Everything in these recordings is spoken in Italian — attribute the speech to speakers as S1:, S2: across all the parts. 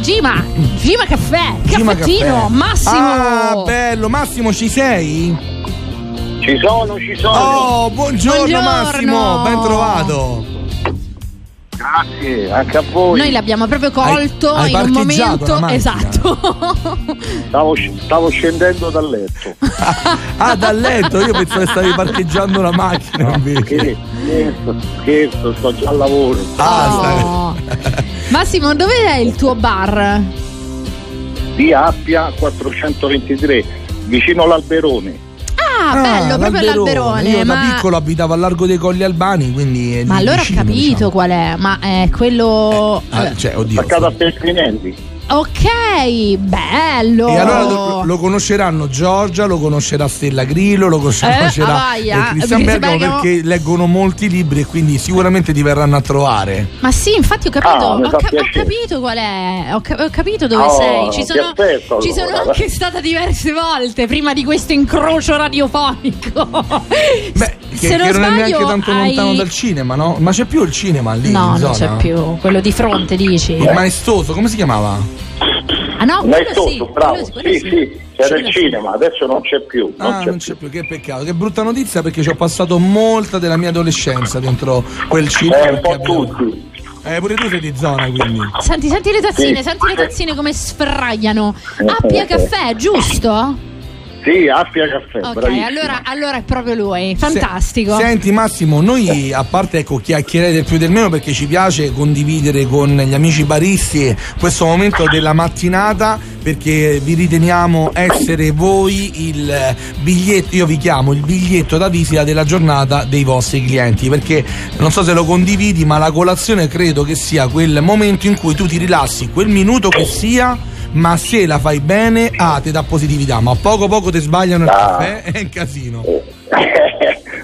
S1: Gima, Gima Caffè,
S2: Gima
S1: caffettino,
S2: Caffè.
S1: Massimo.
S2: Ah, bello, Massimo, ci sei?
S3: Ci sono, ci sono.
S2: Oh, buongiorno,
S1: Buongiorno.
S2: Massimo, ben trovato.
S3: Grazie, anche a voi.
S1: Noi l'abbiamo proprio colto
S2: Hai- hai
S1: in un
S2: parcheggiato
S1: momento
S2: la macchina.
S1: esatto.
S3: Stavo, sc- stavo scendendo dal letto.
S2: Ah, dal letto, io pensavo che stavi parcheggiando la macchina invece.
S3: Che- scherzo, scherzo, sto già al lavoro.
S2: Ah,
S1: Oh. Massimo, dove è il tuo bar?
S3: Di Appia 423, vicino all'Alberone.
S1: Ah,
S2: Ah,
S1: bello, proprio l'alberone.
S2: Io
S1: ma...
S2: da piccolo abitavo a largo dei Colli Albani, quindi. è
S1: ma
S2: lì
S1: allora
S2: vicino,
S1: ho capito
S2: diciamo.
S1: qual è, ma è quello.
S2: Ah, cioè, oddio.
S3: Staccato a Feltrinelli.
S1: Ok, bello.
S2: E allora
S1: Oh.
S2: lo, lo conosceranno Giorgia, lo conoscerà Stella Grillo, lo
S1: ah,
S2: conoscerà eh,
S1: vaia.
S2: Cristian Bergamo
S1: Bergamo.
S2: perché leggono molti libri e quindi sicuramente ti verranno a trovare.
S1: Ma sì, infatti ho capito,
S3: Ah, mi
S1: ho,
S3: fa
S1: cap- ho
S3: piacere.
S1: capito qual è, ho, cap- ho capito dove
S3: Oh,
S1: sei. Ci
S3: ti
S1: sono,
S3: aspetto
S1: ci sono
S3: allora.
S1: anche stata diverse volte prima di questo incrocio radiofonico.
S2: Beh, che,
S1: Se non,
S2: che non, è
S1: sbaglio,
S2: neanche tanto
S1: hai-
S2: lontano dal cinema, no? Ma c'è più il cinema lì?
S1: No,
S2: in
S1: non
S2: zona?
S1: c'è più, quello di fronte dici.
S2: Il maestoso, come si chiamava?
S1: Ah no,
S3: Nel
S1: quello sì,
S3: sotto, bravo.
S1: quello sì, quello
S3: sì, sì, c'era il
S1: Quello sì.
S3: cinema, adesso non c'è più. Non
S2: ah,
S3: c'è
S2: non c'è più, che peccato, che brutta notizia perché ci ho passato molta della mia adolescenza dentro quel
S3: più.
S2: cinema.
S3: Eh, un po'
S2: perché abitavo-
S3: tutti.
S2: Eh, pure tu sei di zona quindi.
S1: Senti, senti le tazzine,
S3: Sì.
S1: senti le tazzine come sfragliano.
S3: Eh,
S1: Appia
S3: eh,
S1: caffè, giusto?
S3: Sì, Appia Caffè,
S1: Ok,
S3: bravissimo.
S1: allora, allora è proprio lui. Fantastico.
S2: Se- senti Massimo, noi a parte ecco chiacchierare del più e del meno perché ci piace condividere con gli amici baristi questo momento della mattinata perché vi riteniamo essere voi il eh, biglietto, io vi chiamo il biglietto da visita della giornata dei vostri clienti perché non so se lo condividi ma la colazione credo che sia quel momento in cui tu ti rilassi, quel minuto che sia ma se la fai bene, ah, ti dà positività, ma poco poco ti sbagliano il
S3: Ah.
S2: caffè, è un casino.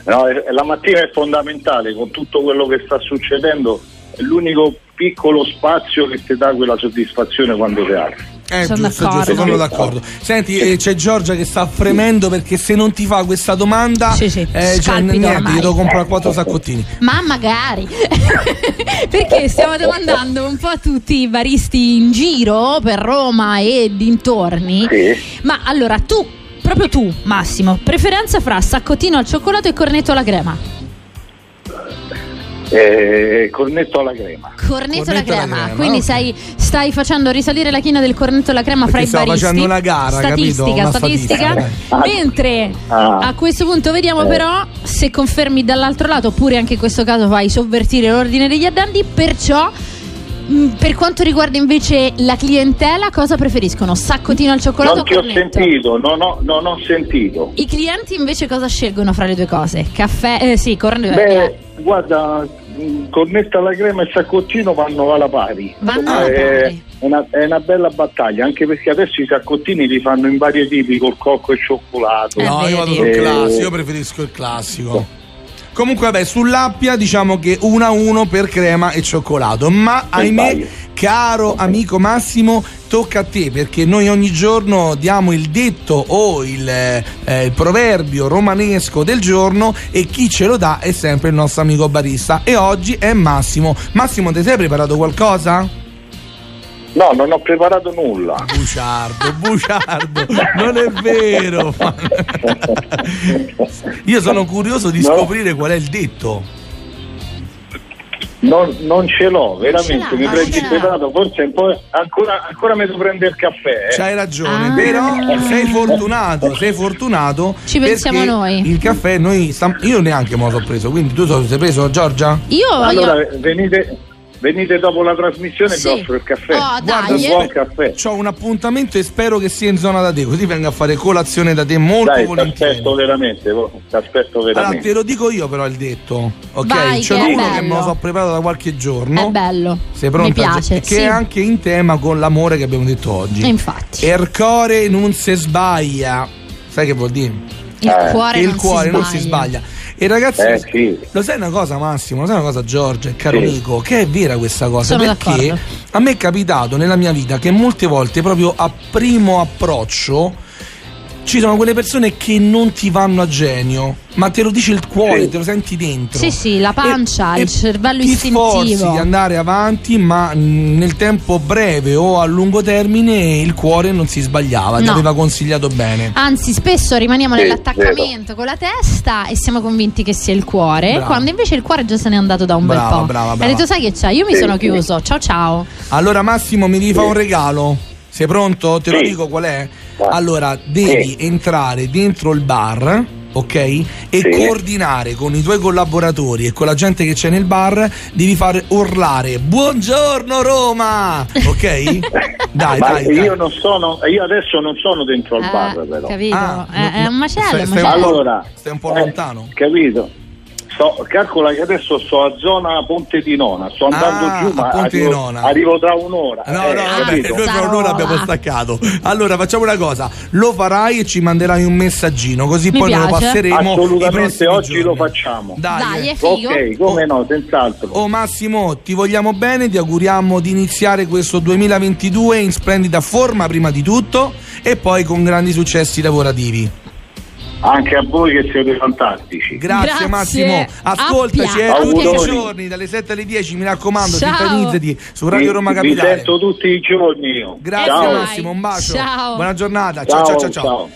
S3: No, eh, la mattina è fondamentale con tutto quello che sta succedendo, è l'unico piccolo spazio che ti dà quella soddisfazione quando ti alzi.
S2: Eh,
S1: Sono
S2: giusto,
S1: d'accordo.
S2: giusto, sono d'accordo. Senti, eh, c'è Giorgia che sta fremendo perché se non ti fa questa domanda,
S1: Sì, sì,
S2: eh, cioè,
S1: scalpito
S2: niente,
S1: ormai.
S2: gli devo comprare quattro saccottini.
S1: Ma magari perché stiamo domandando un po' a tutti i baristi in giro per Roma e dintorni.
S3: Sì.
S1: Ma allora tu, proprio tu, Massimo, preferenza fra saccottino al cioccolato e cornetto alla crema?
S3: Eh, cornetto alla crema.
S1: Cornetto, alla
S2: Cornetto alla
S1: crema,
S2: crema,
S1: quindi
S2: ok.
S1: sai- stai facendo risalire la china del cornetto alla crema
S2: Perché
S1: fra i
S2: stavo
S1: baristi.
S2: facendo una gara,
S1: statistica,
S2: capito? Una
S1: statistica.
S2: statistica. Eh.
S1: Mentre
S3: Ah.
S1: a questo punto vediamo
S3: Eh.
S1: però se confermi dall'altro lato, oppure anche in questo caso vai a sovvertire l'ordine degli addendi, perciò mh, per quanto riguarda invece la clientela, cosa preferiscono? Saccotino al cioccolato
S3: Non
S1: o
S3: ti ho
S1: cornetto?
S3: sentito, non ho, non ho sentito.
S1: I clienti invece cosa scelgono fra le due cose? Caffè, eh, sì, cornetto.
S3: Beh, guarda, mh, cornetto alla crema e saccottino vanno alla pari. Eh,
S1: Vanno alla
S3: è,
S1: pari.
S3: Una, è una bella battaglia, anche perché adesso i saccottini li fanno in vari tipi, col cocco e cioccolato.
S1: Eh,
S2: no, io vado
S1: vedi.
S2: sul
S3: Eh.
S2: classico, io preferisco il classico. Comunque, vabbè, sull'appia diciamo che 1 a 1 per crema e cioccolato. Ma ahimè,
S3: sbaglio.
S2: caro amico Massimo, tocca a te perché noi ogni giorno diamo il detto o il, eh, il proverbio romanesco del giorno e chi ce lo dà è sempre il nostro amico barista. E oggi è Massimo. Massimo, ti sei preparato qualcosa?
S3: No, non ho preparato nulla.
S2: Buciardo, buciardo, non è vero. Io sono curioso di
S3: No.
S2: scoprire qual è il detto.
S3: Non, non ce l'ho, veramente.
S1: ce l'ha,
S3: mi
S1: non
S3: prendi
S1: ce l'ha.
S3: il preparato, forse un po'. Ancora, ancora mi devo prendere il caffè. eh.
S2: C'hai ragione,
S1: Ah.
S2: però sei fortunato, sei fortunato.
S1: Ci
S2: perché
S1: pensiamo noi.
S2: Il caffè noi stam- io neanche me lo so preso, quindi tu so- sei preso Giorgia?
S1: Io voglio...
S3: Allora, venite, venite dopo la trasmissione
S1: Sì.
S3: e vi offro il caffè.
S1: Oh,
S3: Guarda,
S1: dai,
S3: un
S1: eh.
S3: buon caffè.
S2: Ho un appuntamento e spero che sia in zona da te, così vengo a fare colazione da te molto
S3: Dai, ti
S2: volentieri.
S3: aspetto veramente. oh, ti aspetto
S2: Allora, te
S3: veramente.
S2: lo dico io però il detto, ok?
S1: Vai,
S2: C'è
S1: che è
S2: uno che
S1: bello.
S2: me lo so preparato da qualche giorno.
S1: È bello.
S2: Sei pronta?
S1: Mi piace.
S2: Che è
S1: sì.
S2: anche Eh, in tema con l'amore che abbiamo detto oggi.
S1: E infatti,
S2: Ercore non se sbaglia. Sai che vuol dire?
S1: il
S3: eh,
S1: cuore,
S2: Che il
S1: non,
S2: cuore
S1: si
S2: non si sbaglia. E ragazzi,
S3: Eh, sì.
S2: lo sai una cosa Massimo, lo sai una cosa Giorgio e caro
S3: Sì.
S2: amico, che è vera questa cosa,
S1: Sono
S2: perché
S1: d'accordo.
S2: a me è capitato nella mia vita che molte volte proprio a primo approccio ci sono quelle persone che non ti vanno a genio, ma te lo dice il cuore,
S3: Sì.
S2: te lo senti dentro.
S1: Sì, sì, la pancia, il cervello
S2: ti Ti
S1: istintivo.
S2: sforzi di andare avanti, ma mh, nel tempo breve o a lungo termine il cuore non si sbagliava, ti
S1: No.
S2: aveva consigliato bene.
S1: Anzi, spesso rimaniamo
S3: Sì,
S1: nell'attaccamento con la testa e siamo convinti che sia il cuore,
S2: Brava.
S1: quando invece il cuore già se n'è andato da un
S2: Brava,
S1: bel po'.
S2: brava,
S1: Ha
S2: brava.
S1: detto, sai che c'è? Io mi
S3: Sì,
S1: sono
S3: sì.
S1: chiuso. Ciao, ciao.
S2: Allora Massimo mi devi fare
S3: Sì.
S2: un regalo. Sei pronto? Te lo
S3: Sì.
S2: dico qual è?
S3: Vai.
S2: Allora, devi
S3: Sì.
S2: entrare dentro il bar, ok? E
S3: Sì.
S2: coordinare con i tuoi collaboratori e con la gente che c'è nel bar, devi far urlare "Buongiorno Roma!" Ok? dai,
S3: Ma
S2: dai.
S3: io
S2: dai.
S3: non sono, io adesso non sono dentro al
S1: Eh,
S3: bar però.
S1: capito?
S2: Ah,
S1: Eh,
S2: no,
S1: è un
S2: no,
S1: macello, è
S2: stai-
S1: un
S2: stai-
S1: macello.
S3: Allora,
S2: Stai un po'
S3: eh,
S2: lontano.
S3: Capito? Sto, calcola che adesso sto a zona Ponte di Nona, sto andando
S2: Ah,
S3: giù, ma
S2: a Ponte di
S3: arrivo,
S2: Nona.
S3: arrivo tra un'ora.
S2: No,
S3: eh,
S2: no,
S1: Ah,
S2: vabbè,
S3: capito?
S2: noi per un'ora
S1: Rola.
S2: abbiamo staccato. Allora, facciamo una cosa: lo farai e ci manderai un messaggino, così
S1: Mi
S2: poi me lo
S1: piace.
S2: passeremo.
S3: Assolutamente,
S2: i prossimi
S3: oggi
S2: giorni.
S3: lo facciamo.
S2: Dai,
S1: Dai,
S2: eh.
S1: è figo.
S3: Ok, come no, senz'altro.
S2: Oh Massimo, ti vogliamo bene, ti auguriamo di iniziare questo 2022 in splendida forma prima di tutto e poi con grandi successi lavorativi.
S3: Anche a voi che siete fantastici.
S2: Grazie,
S1: Grazie.
S2: Massimo, ascoltaci eh,
S1: Appia-
S2: tutti i
S3: Auguri.
S2: giorni dalle 7 alle 10, mi raccomando,
S1: Ciao.
S2: sintonizzati su
S3: Vi-
S2: Radio Roma
S3: vi
S2: Capitale.
S3: sento tutti i giorni io.
S2: Grazie
S1: Eh,
S3: Ciao.
S1: dai.
S2: Massimo, un bacio.
S1: Ciao.
S2: Buona giornata. Ciao ciao ciao. ciao.
S3: ciao.